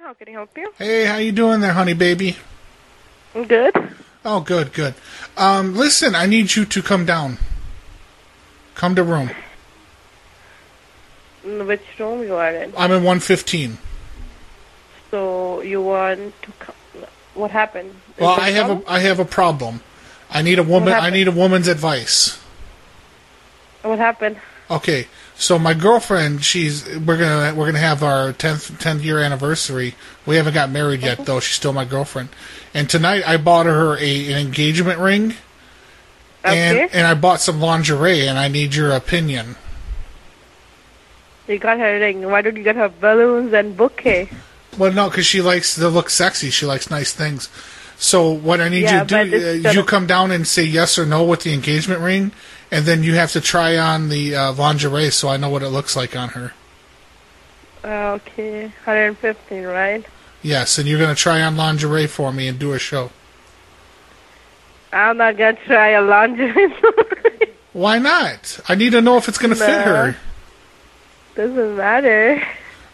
How can I help you? Hey, how you doing there, honey baby? I'm good. Oh, good, good. Um, listen, I need you to come down. Come to room. Mm, Which room you are in? I'm in 115. So you want to come? What happened? Is Well, there I have problem? a I have a problem. I need a woman. I happened? need a woman's advice. What happened? Okay, so my girlfriend, she's we're gonna we're gonna have our tenth tenth year anniversary. We haven't got married yet though. She's still my girlfriend. And tonight I bought her a an engagement ring, and Okay. and I bought some lingerie. And I need your opinion. You got her ring. Why don't you get her balloons and bouquet? Well, no, because she likes to look sexy. She likes nice things. So what I need Yeah, you to but do, it's uh, gonna- you come down and say yes or no with the engagement ring, and then you have to try on the uh, lingerie so I know what it looks like on her. Uh, okay, 115, right? Yes, and you're gonna try on lingerie for me and do a show. I'm not gonna try a lingerie. Why not? I need to know if it's gonna fit Nah. her. Doesn't matter.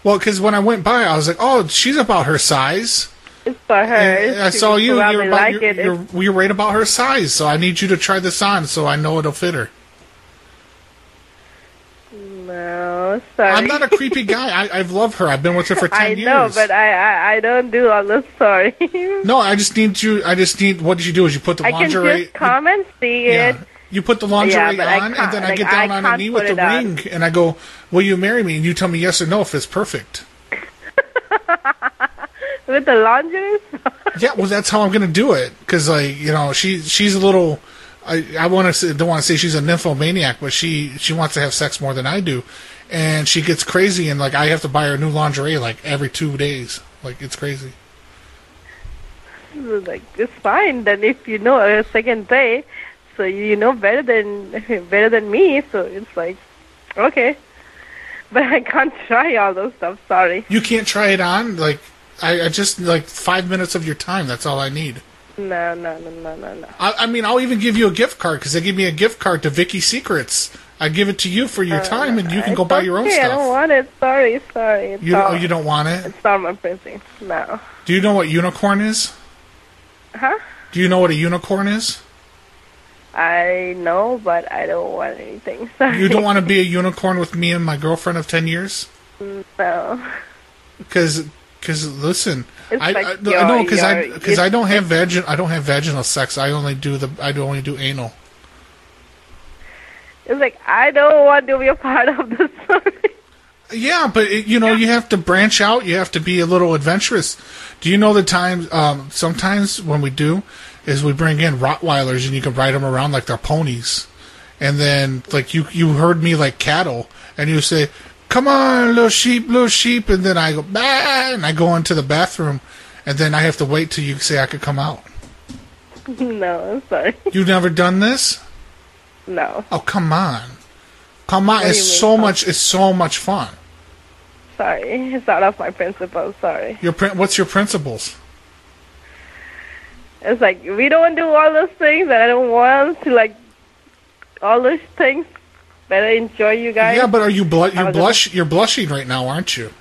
Well, because when I went by, I was like, "Oh, she's about her size." It's for her. And I She saw would you. probably You're, about, like you're, it. you're, you're right about her size, so I need you to try this on so I know it'll fit her. No, sorry. I'm not a creepy guy. I, I've loved her. I've been with her for ten I years. know, but I, I I don't do all this. Sorry. no, I just need you. I just need. What did you do? Is you put the I can lingerie? just come and see you, it. yeah, you put the lingerie but I on, and can't- then I like, get I down on a can't knee with put the it on. ring, and I go, "Will you marry me?" And you tell me yes or no if it's perfect. With the lingerie? Yeah, well, that's how I'm gonna do it. Cause like you know, she she's a little. I I want to say, don't want to say she's a nymphomaniac, but she she wants to have sex more than I do, and she gets crazy and like I have to buy her new lingerie like every two days. Like it's crazy. like it's fine then if you know a second day, so you know better than better than me, so it's like okay. But I can't try all those stuff, sorry. You can't try it on. Like I, I just like five minutes of your time. That's all I need. No, no, no, no, no, no. I, I mean, I'll even give you a gift card because they give me a gift card to Vicky Secrets. I give it to you for your time, and you can go It's buy your own Uh, okay, I don't stuff. want it. Sorry, sorry. It's You not, oh, you don't want it. it's not my princess. No. Do you know what unicorn is? Huh? Do you know what a unicorn is? I know, but I don't want anything. Sorry. You don't want to be a unicorn with me and my girlfriend of ten years, No. because listen, It's I, like I, no, no, your- 'cause I your- because I don't have vagin I don't have vaginal sex. I only do the I only do anal. It's like I don't want to be a part of this. Sorry. Yeah, but it, you know, you have to branch out. You have to be a little adventurous. Do you know the times? Um, sometimes when we do, is we bring in Rottweilers and you can ride them around like they're ponies, and then like you you heard me like cattle, and you say, "Come on, little sheep, little sheep," and then I go, bah, and I go into the bathroom, and then I have to wait till you say I could come out. No, I'm sorry. You've never done this? No, Oh, come on, come on! do It's you mean, so come- much. It's so much fun. sorry. It's out of my principles. Sorry. Your prin- what's your principles? It's like we don't do all those things, and I don't want to like all those things. Better enjoy you guys. Yeah, but are you blu- I you're was blush you're blushing right now, aren't you?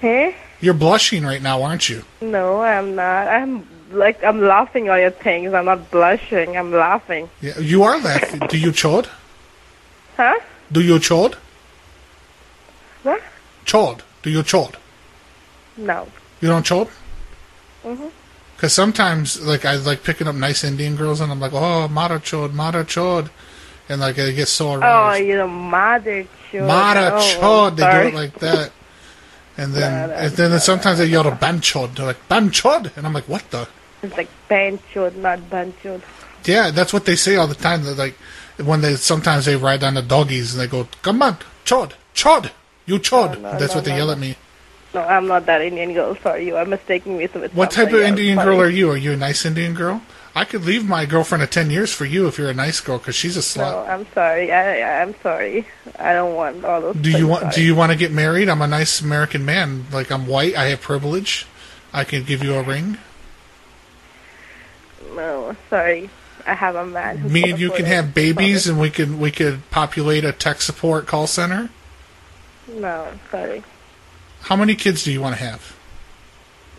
Hey? You're blushing right now, aren't you? No, I'm not. I'm like I'm laughing all your things. I'm not blushing. I'm laughing. Yeah, you are laughing. Do you chod? Huh? Do you chod? What? Chod. Do you chod? No. You don't chod? Mm-hmm. Because sometimes, like, I like picking up nice Indian girls, and I'm like, oh, mara chod, mara chod, and like I get so Oh, aroused. you know, mother chod. mara oh, chod. They do sorry. it like that. And then, No, no, and then sometimes they yell to ban chod. They're like ban chod, and I'm like, what the? It's like ban chod, not ban chod. Yeah, that's what they say all the time. They're like when they sometimes they ride on the doggies and they go, "Come on, chod, chod, you chod." No, no, that's no, what they no, yell no. at me. No, I'm not that Indian girl. Sorry, you are mistaking me with What type of Indian girl are you? Are you a nice Indian girl? I could leave my girlfriend of ten years for you if you're a nice girl, because she's a No, slut. I'm sorry. I, I I'm sorry. I don't want all those. do you things, want? Do sorry. you want to get married? I'm a nice American man. Like I'm white. I have privilege. I could give you a ring. No, sorry. I have a man. who Me and you afford can it. have babies, and we can we could populate a tech support call center. No, sorry. How many kids do you want to have?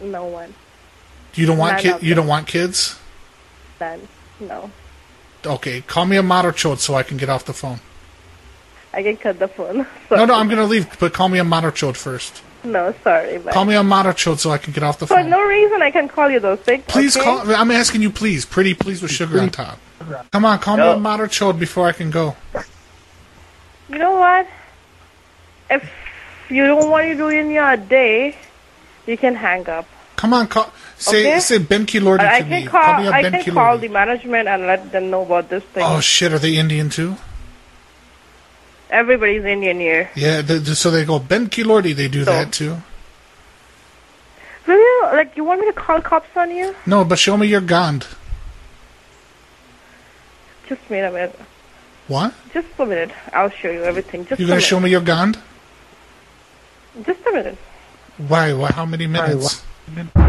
No one. You don't want None ki- of you don't want kids? None. No. Okay, call me a marochot so I can get off the phone. I can cut the phone. No, Sorry. no, I'm gonna leave, but call me a marochot first. No, sorry. But Call me a marochot so I can get off the for phone. no reason, I can call you those things. Please okay? call. I'm asking you, please, pretty please with sugar on top. Come on, call Yeah. me a marochot before I can go. You know what? If you don't want to ruin your day, you can hang up. Come on, call. Say Okay. say Ben Or Kilordi I to can me. call. call me a I Ben can Kilordi. call the management and let them know about this thing. Oh shit, are they Indian too? Everybody's Indian here. Yeah, th th- so they go Ben Kilordi. They do So- that too. Will you like? You want me to call cops on you? No, but show me your gand. Just wait a minute. What? Just a minute. I'll show you everything. Just You're a gonna minute. show me your gand? Just a minute. Why? Why? How many minutes? wha-